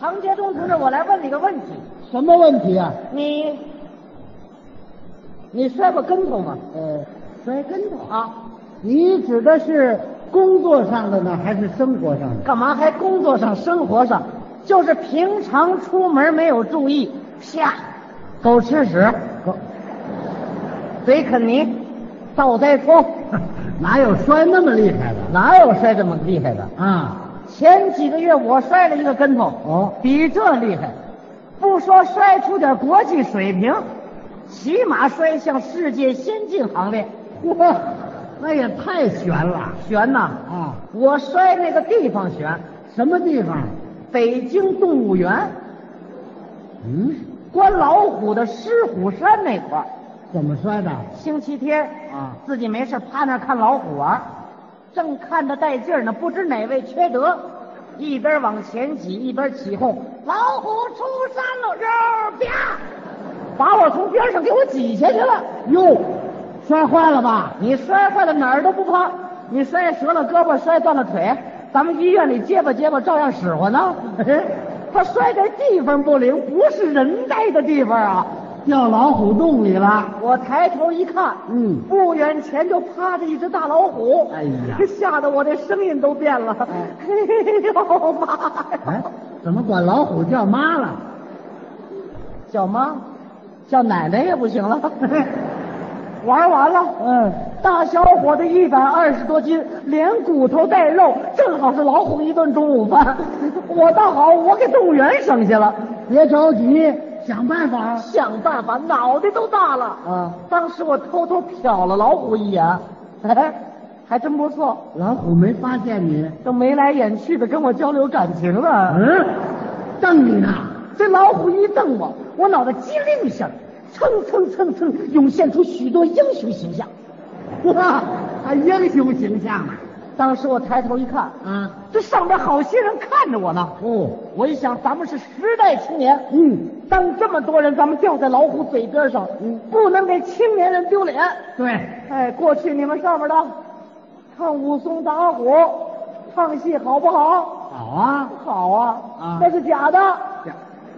唐杰忠同志，我来问你个问题：什么问题啊？你你摔过跟头吗？呃，摔跟头啊？你指的是工作上的呢，还是生活上的？干嘛还工作上、生活上？就是平常出门没有注意，啪，狗吃屎，狗嘴啃泥，倒栽葱， 哪有摔那么厉害的哪有摔这么厉害的？啊？前几个月我摔了一个跟头，哦比这厉害，不说摔出点国际水平，起码摔向世界先进行列，嚯，那也太悬了悬呐！啊！我摔那个地方悬，什么地方？北京动物园嗯，关老虎的狮虎山那块儿。怎么摔的？星期天啊自己没事趴那儿看老虎玩儿，正看着带劲儿呢，不知哪位缺德，一边往前挤一边起哄：“老虎出山了！”肉啪，把我从边上给我挤下去了。哟，摔坏了吧？你摔坏了哪儿都不怕，你摔折了胳膊，摔断了腿，咱们医院里结巴结巴照样使唤呢。 他摔这地方不灵，不是人待的地方啊！掉老虎洞里了。我抬头一看，嗯不远前就趴着一只大老虎，哎呀吓得我这声音都变了。 哎呦妈哎呀！，怎么管老虎叫妈了？叫妈，叫奶奶也不行了。玩完了，嗯，大小伙子一百二十多斤，连骨头带肉，正好是老虎一顿中午饭。我倒好，我给动物园省下了，别着急，想办法想办法，脑袋都大了。啊。当时我偷偷瞟了老虎一眼， 哎，还真不错。老虎没发现你，都眉来眼去的跟我交流感情了。嗯，瞪你呢。这老虎一瞪我，我脑袋机灵一下，蹭蹭蹭蹭，涌现出许多英雄形象。哇，还英雄形象呢。当时我抬头一看，啊，这上边好些人看着我呢。哦，我一想，咱们是时代青年，嗯，当这么多人，咱们掉在老虎嘴边上，不能给青年人丢脸。对，哎，过去你们上面的唱武松打虎，唱戏好不好？好啊。 好啊，啊那是假的。呀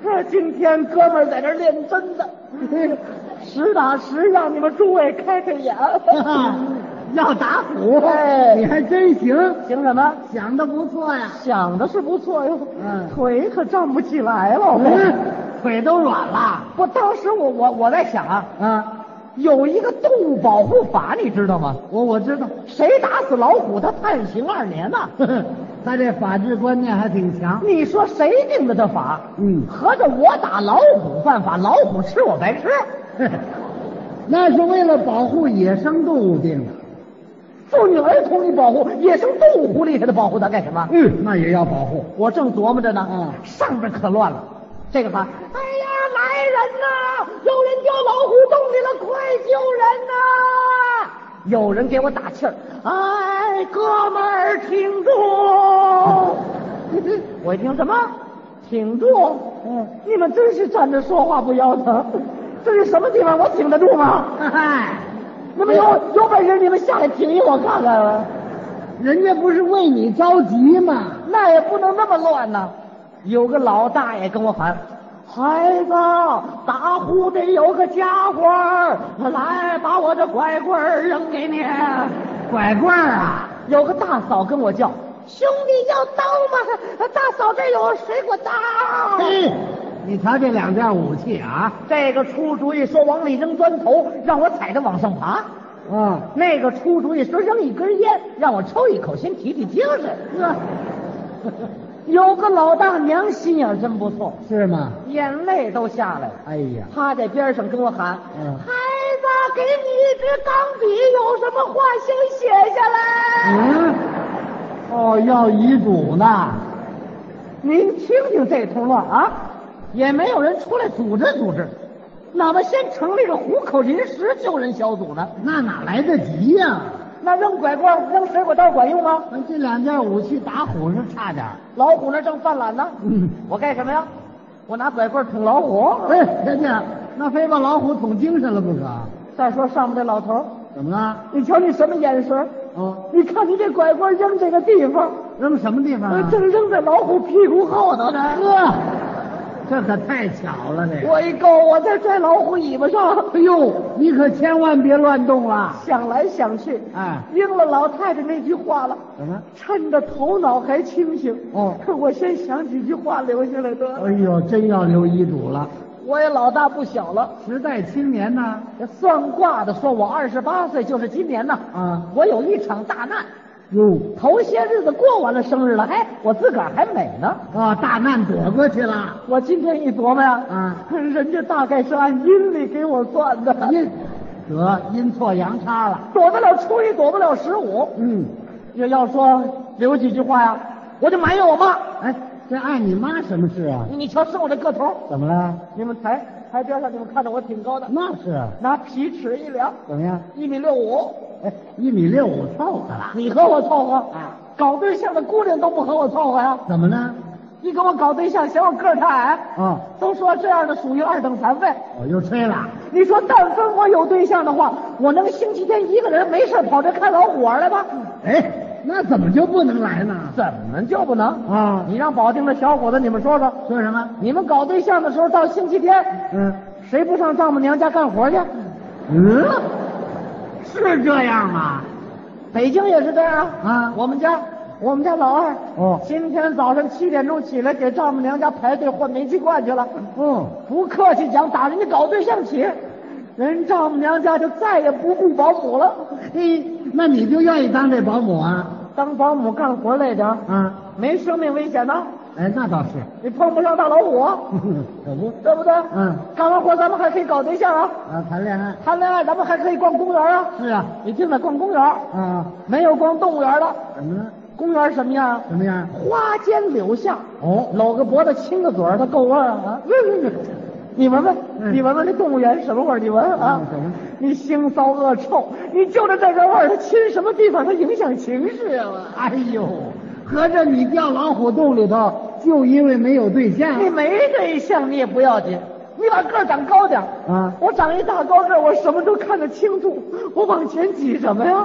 这今天哥们儿在这儿练真 的，实打实让你们诸位开开 眼。哈哈要打虎，哎你还真行，行什么？想的不错呀。想的是不错哟，嗯腿可站不起来了。我嗯，腿都软了。我当时我我我在想啊，啊，有一个动物保护法，你知道吗？我我知道， 谁打死老虎，他判刑二年呐、呵呵他这法治观念还挺强。你说谁定的这法？嗯 合着我打老虎犯法，老虎吃我白吃。呵呵那是为了保护野生动物定的。妇女儿童你保护，野生动物狐狸给它保护它干什么？嗯，那也要保护。 我正琢磨着呢，嗯上边可乱了，这个喊，哎呀，来人呐，有人掉老虎洞里了，快救人呐！有人给我打气儿，哎，哥们儿，挺住！ 我一听什么，挺住？嗯，你们真是站着说话不腰疼，这是什么地方？我挺得住吗？嗨，你们有有本事，你们下来挺一我看看啊！人家不是为你着急吗？那也不能那么乱呐。有个老大爷跟我喊：“孩子，打虎得有个家伙儿，来把我的拐棍儿扔给你。拐棍儿啊！”有个大嫂跟我叫：“兄弟要刀吗？大嫂这有水果刀。嘿，你瞧这两件武器啊！”这个出主意说往里扔砖头，让我踩着往上爬；啊，那个出主意说扔一根烟，让我抽一口先提提精神。 呵，有个老大娘心眼儿真不错，是吗？眼泪都下来了。哎呀，趴在边上跟我喊：“嗯孩子，给你一支钢笔，有什么话先写下来。嗯，哦，要遗嘱呢。您听听这通乱啊，也没有人出来组织组织，哪怕先成立个虎口临时救人小组呢。那哪来得及呀、那扔拐棍、扔水果刀管用吗？那这两件武器打虎是差点儿。老虎那正犯懒呢。嗯，我干什么呀？我拿拐棍捅老虎。哎，人家那非把老虎捅精神了不可。再说上面这老头儿，怎么了？你瞧你什么眼神儿？哦，你看你这拐棍扔这个地方，扔什么地方、呃啊？正扔在老虎屁股后头呢。呵，这可太巧了，这个。我一够，我再拽老虎尾巴上。哎呦，你可千万别乱动了。想来想去，哎，应了老太太那句话了。怎么？趁着头脑还清醒，哦我先想几句话留下来得哎了。呦，真要留遗嘱了。我也老大不小了，时代青年呢？这算卦的说我二十八岁，就是今年呐。啊，我有一场大难，哟，头些日子过完了生日了，哎，我自个儿还美呢。啊，大难躲过去了。我今天一琢磨呀，啊，人家大概是按阴历给我算的，阴，得阴错阳差了。躲得了初一，躲不了十五。嗯，要要说留几句话呀，我就埋怨我妈。哎，这碍你妈什么事啊？你瞧，生我这个头，怎么了？你们台台边上你们看着我挺高的，那是啊拿皮尺一量，怎么样？一米六五，哎，一米六五凑合了。你和我凑合啊？搞对象的姑娘都不和我凑合呀？怎么了？你跟我搞对象嫌我个儿太矮，哦，都说这样的属于二等残废。我又吹了。你说，但凡我有对象的话，我能星期天一个人没事跑这看老虎玩来吗？哎，那怎么就不能来呢？怎么就不能？啊，你让保定的小伙子你们说说，说什么？你们搞对象的时候到星期天，嗯谁不上丈母娘家干活去？嗯，是这样吗？北京也是这样啊。啊，我们家，我们家老二，哦今天早上七点钟起来给丈母娘家排队换煤气罐去了。哦，不客气讲，打人家搞对象起，人丈母娘家就再也不雇保姆了。嘿，那你就愿意当这保姆啊？当保姆干活累点儿，啊，没生命危险呢，哎，那倒是， 你碰不上大老虎，可不，对不对？嗯，干完活咱们还可以搞对象啊，啊，谈恋爱谈恋爱咱们还可以逛公园啊。是啊，你听着，逛公园啊，没有逛动物园的，怎么了？公园什么样啊？怎么样？花间柳下，哦，搂个脖子亲个嘴儿，它够味儿啊！你闻闻，嗯你闻闻这动物园什么味儿？你闻闻啊嗯怎么？你腥骚恶臭，你就着这个味儿，它亲什么地方？它影响情绪啊！哎呦，合着你掉老虎洞里头，就因为没有对象你没对象你也不要紧，你把个儿长高点儿。啊？我长一大高个儿，我什么都看得清楚，我往前挤什么 呀？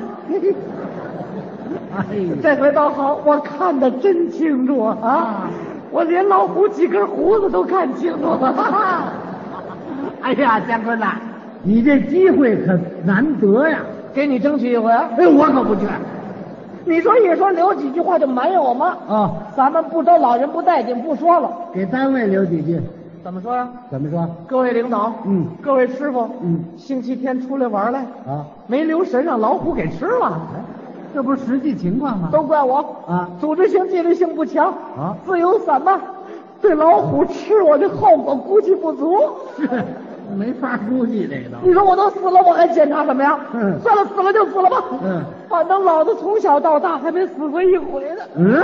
哎呦，这回倒好，我看得真清楚啊啊！我连老虎几根胡子都看清楚 了。 哎呀，姜昆呐，你这机会可难得呀！给你争取一回啊。哎，我可不去。你说一说留几句话就埋怨我妈，哦，咱们不招老人不待见，不说了。给单位留几句，怎么说呀、怎么说？各位领导，嗯各位师傅，嗯，星期天出来玩来，啊，没留神让老虎给吃了，这不是实际情况吗？都怪我，啊组织性、纪律性不强，啊自由散漫，对老虎吃我的后果估计不足。是没法估计这个。你说我都死了，我还检查什么呀？嗯算了，死了就死了吧。嗯反正老子从小到大还没死过一回呢。嗯，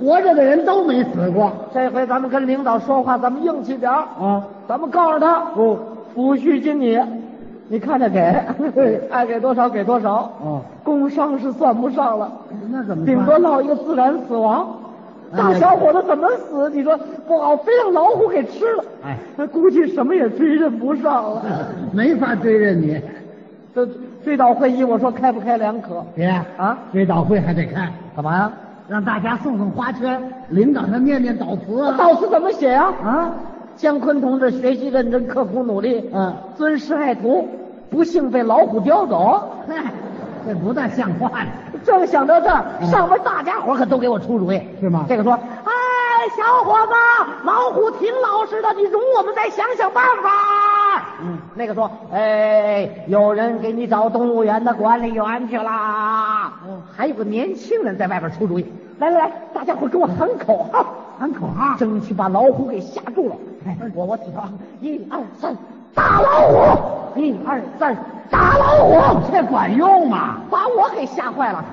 活着的人都没死过这回咱们跟领导说话，咱们硬气点儿啊。咱们告诉他，哦抚恤金你，你看着给， 爱给多少给多少。哦，工伤是算不上了，那怎么顶算多落一个自然死亡。哎大小伙子怎么死？你说不好，非让老虎给吃了，哎，估计什么也追认不上了。没法追认你。这追悼会议，我说开不开两可别啊？追悼会还得开，干嘛呀？让大家送送花圈，领导他念念悼词啊。悼词怎么写呀、啊，姜昆同志学习认真、刻苦努力，嗯，尊师爱徒，不幸被老虎叼走。嗨，这不大像话呀，正想到这儿，嗯上边大家伙可都给我出主意，是吗这个说：“哎，小伙子，老虎挺老实的，你容我们再想想办法。”嗯，那个说：“哎，有人给你找动物园的管理员去啦。”嗯，还有个年轻人在外边出主意，来来来，大家伙给我喊口号，喊口号。嗯争取把老虎给吓住了。哎，我我起头啊，一二三，打老虎！一二三，打老虎！哦这管用吗？把我给吓坏了！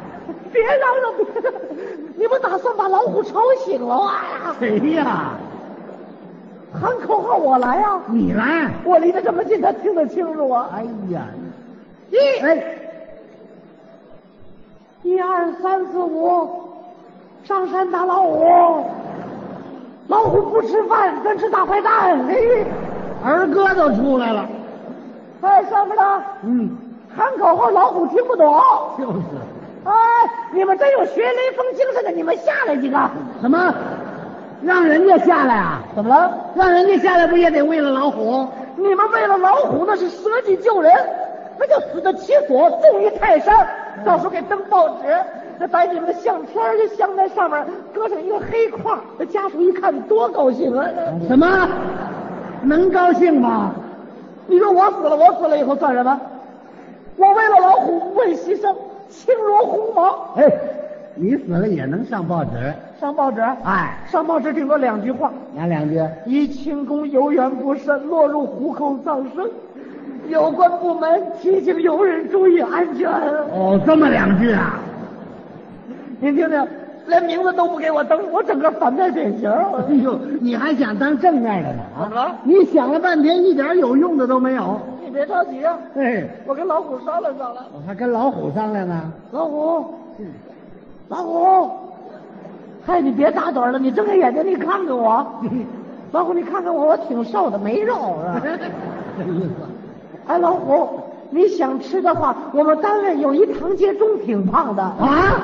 别嚷嚷，别嚷！ 你们打算把老虎吵醒了啊？谁呀？喊口号我来呀、你来。我离得这么近，他听得清楚啊！哎呀，一、哎，一二三四五，上山打老虎。老虎不吃饭，专吃大坏蛋。嘿，儿歌都出来了。哎，上面的嗯，喊口号，老虎听不懂。就是。哎，你们真有学雷锋精神的，你们下来几个。什么？让人家下来啊？怎么了？让人家下来不也得为了老虎？你们为了老虎那是舍己救人，那叫死得其所，重于泰山。到时候给登报纸，那把你们的相片儿就镶在上面，搁上一个黑框，那家属一看多高兴啊！什么？能高兴吗？你说我死了，我死了以后算什么？我为了老虎不畏牺牲，轻如鸿毛。哎，你死了也能上报纸？上报纸，哎，上报纸顶多两句话：哪两句？一清宫游园不慎落入虎口丧生，有关部门提醒游人注意安全。哦，这么两句啊？您听听，连名字都不给我登，我整个反面典型。我哎呦，你还想当正面的呢怎么了啊？你想了半天，一点有用的都没有。你别着急啊，哎，我跟老虎商量商量。我还跟老虎商量呢。老虎，老虎，嗨，你别打盹儿了，你睁开眼睛，你看看我。老虎，你看看我，我挺瘦的，没肉是吧？这意思。哎，老虎，你想吃的话，我们单位有一堂街中挺胖的。啊？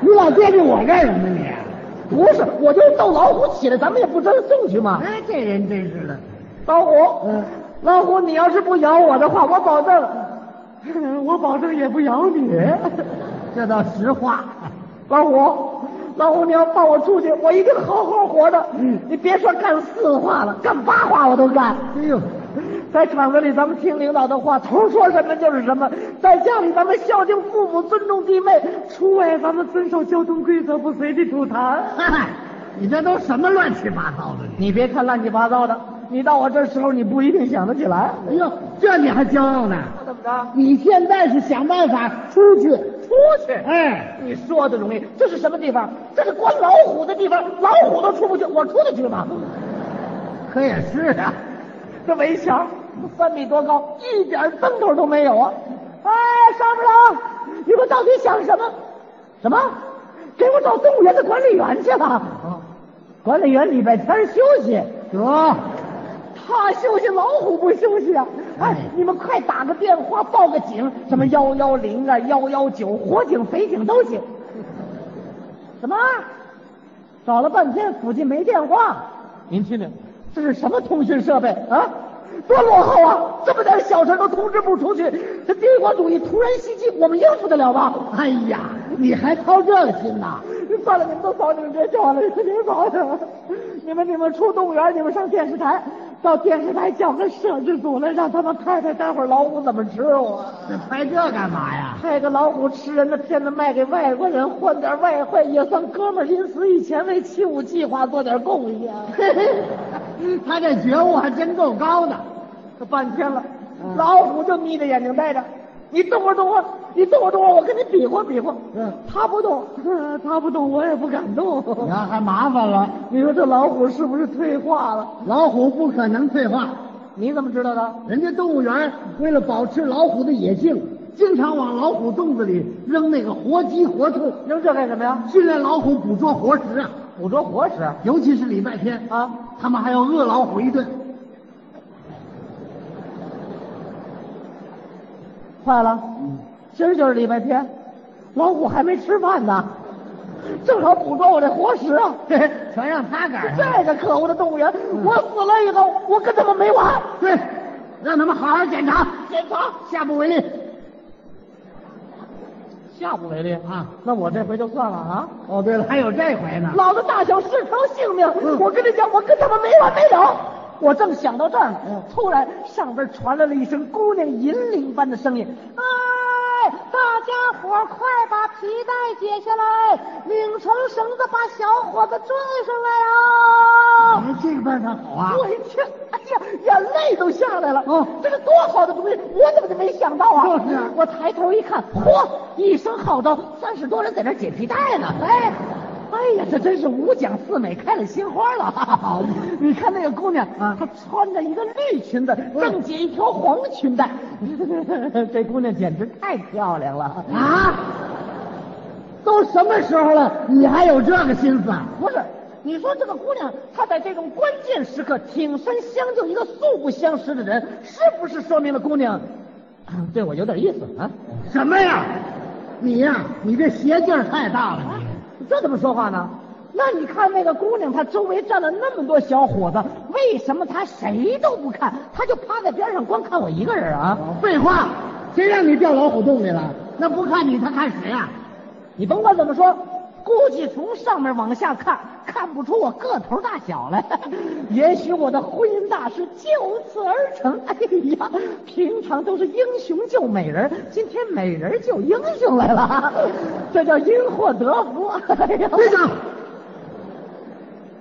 你老惦记我干什么你？不是，我就逗老虎起来，咱们也不真送去嘛。哎，这人真是的。老虎，嗯，老虎，你要是不咬我的话，我保证， 我保证也不咬你。这倒实话。老虎，老虎，你要放我出去，我一定好好活着。嗯你别说干四话了，干八话我都干。哎呦，在厂子里，咱们听领导的话，头说什么就是什么；在家里，咱们孝敬父母，尊重弟妹；出外，咱们遵守交通规则，不随地吐痰。嗨，你这都什么乱七八糟的你？你别看乱七八糟的，你到我这时候，你不一定想得起来。哎呦，这你还骄傲呢？怎么着？你现在是想办法出去，出去！哎，你说的容易，这是什么地方？这是关老虎的地方，老虎都出不去，我出得去吗？可也是啊，这围墙三米多高，一点灯头都没有啊！哎，上面了，你们到底想什么？什么？给我找动物园的管理员去哦了。管理员礼拜天休息，得，他休息，老虎不休息啊！哎哎，你们快打个电话报个警，什么幺幺零啊、幺幺九，火警、匪警都行。什么？找了半天附近没电话，您听听，这是什么通讯设备啊？多落后啊！这么点小事都通知不出去，这帝国主义突然袭击，我们应付得了吗？哎呀，你还操这个心呐？算了，你们都走，你们别叫了，你们别走了。你们你们出动物园，你们上电视台，到电视台叫个摄制组来，让他们拍拍待会儿老虎怎么吃我。这拍这干嘛呀？ 拍个老虎吃人的片子卖给外国人，换点外汇也算哥们儿临死以前为七五计划做点贡献。嘿嘿，他这觉悟还真够高的。这半天了，嗯老虎就眯着眼睛待着，你动我动我，你动我动我，我跟你比划比划。嗯，它不动， 呵它不动，我也不敢你动。要还麻烦了，你说这老虎是不是退化了？老虎不可能退化，你怎么知道的？人家动物园为了保持老虎的野性，经常往老虎洞子里扔那个活鸡活兔，扔这干什么呀？训练老虎捕捉活食啊，捕捉活食尤其是礼拜天啊！他们还要饿老虎一顿。坏了，今儿就是礼拜天，老虎还没吃饭呢，正好捕捉我这活食啊！嘿嘿，全让他赶上了。这个可恶的动物园，我死了以后，我跟他们没完。对，让他们好好检查，检查下不为例下不为例啊！那我这回就算了啊！哦，对了，还有这回呢。老子大小事条性命，嗯我跟你讲，我跟他们没完没了。我正想到这儿呢，嗯突然上边传来了一声姑娘银铃般的声音：“哎，大家伙儿快把皮带解下来，拧成绳子把小伙子拽上来啊！”哎，这个办法好啊！我一听，哎呀，眼泪都下来了。哦这是多好的主意，我怎么就没想到啊？就是啊我抬头一看，嚯，一声号召，三十多人在那儿解皮带呢。哎，哎呀，这真是五讲四美，开了新花了。好，你看那个姑娘啊嗯她穿着一个绿裙子，正解一条黄裙带， 这姑娘简直太漂亮了。啊，都什么时候了，你还有这个心思？啊？不是，你说这个姑娘，她在这种关键时刻挺身相救一个素不相识的人，是不是说明了姑娘对我有点意思啊？什么呀？你呀、你这邪劲儿太大了，你。这怎么说话呢？那你看那个姑娘，她周围站了那么多小伙子，为什么她谁都不看，她就趴在边上光看我一个人啊？废话，谁让你掉老虎洞里了？那不看你，他看谁啊？你甭管怎么说，估计从上面往下看，看不出我个头大小来。 也许我的婚姻大事就此而成。 哎呀，平常都是英雄救美人，今天美人救英雄来了， 这叫因祸得福。 哎呀，队长，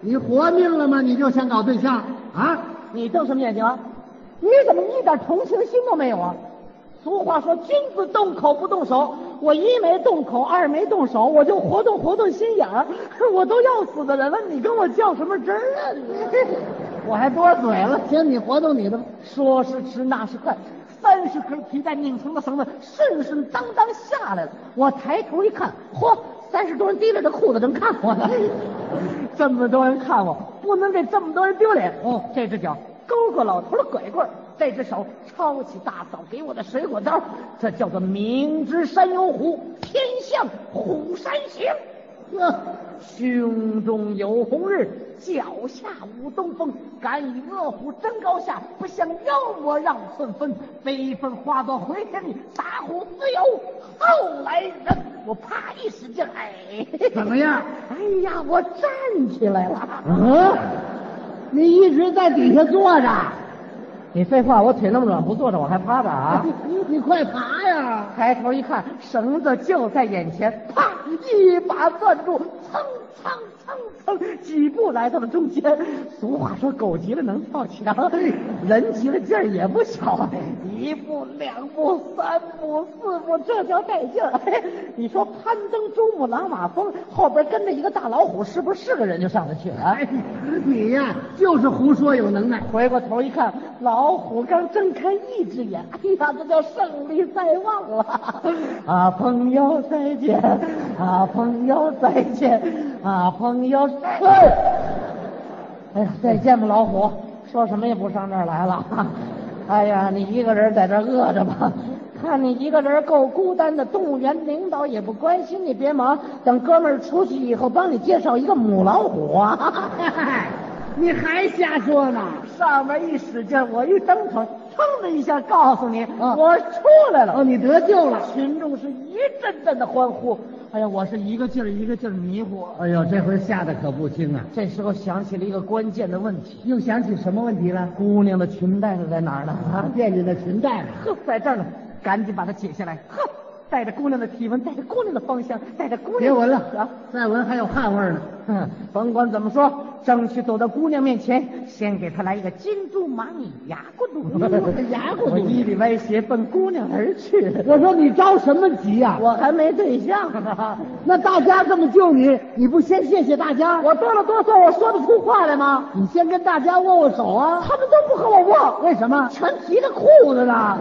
你活命了吗？你就想搞对象啊？你瞪什么眼睛啊？你怎么一点同情心都没有啊？俗话说，君子动口不动手。我一没动口，二没动手，我就活动活动心眼儿。 我都要死的人了，你跟我较什么真儿啊？你我还多嘴了。行，你活动你的吧。说时迟，那时快，三十根皮带拧成的绳子顺顺当当下来了。我抬头一看，嚯，三十多人提着这裤子正看我呢。这么多人看我，不能给这么多人丢脸。哦这只脚勾过老头的拐棍儿，这只手抄起大嫂给我的水果刀，这叫做明知山有虎，偏向虎山行。呵，胸中有红日，脚下舞东风。敢与恶虎争高下，不向妖魔让寸分。悲愤化作回天力，打虎自有后来人。我啪一使劲，哎，怎么样？哎呀，我站起来了。嗯，你一直在底下坐着，你废话，我腿那么软，不坐着我还趴着啊你哎你你快爬呀！抬头一看，绳子就在眼前，啪，一把攥住，蹭蹭蹭蹭，几步来到了中间。俗话说，狗急了能跳墙，人急了劲儿也不小啊。一步、两步、三步、四步，这叫带劲儿。嘿你说攀登珠穆朗玛峰，后边跟着一个大老虎，是不是是个人就上得去啊了？哎，你呀、就是胡说有能耐。 回过头一看，老虎刚睁开一只眼，哎呀，这叫胜利在望了！啊，朋友再见，啊，朋友再见，啊，朋友再见。哎呀，再见吧，老虎，说什么也不上这儿来了。 哎呀，你一个人在这儿饿着吧。看你一个人够孤单的，动物园领导也不关心你，别忙，等哥们儿出去以后，帮你介绍一个母老虎啊。嗨，你还瞎说呢？上面一使劲，我一蹬腿，噌的一下，告诉你，啊我嗯出来了。哦，你得救了。群众是一阵阵的欢呼。哎呀，我是一个劲儿一个劲儿迷糊。哎呦，这回吓得可不轻啊！这时候想起了一个关键的问题：又想起什么问题了？姑娘的裙带子在哪儿呢？啊，惦记那裙带了。呵，在这儿呢，赶紧把它解下来。呵，带着姑娘的体温，带着姑娘的芳香，带着姑娘的别闻啊了，再闻还有汗味儿呢。嗯，甭管怎么说，争取走到姑娘面前，先给她来一个金猪蚂蚁牙骨肚嗯，牙骨肚 我一里歪斜奔姑娘而去。我说你着什么急呀、我还没对象呢，那大家这么救你，你不先谢谢大家？我哆了哆嗦，我说得出话来吗？你先跟大家握握手啊！他们都不和我握，为什么？全提着裤子呢。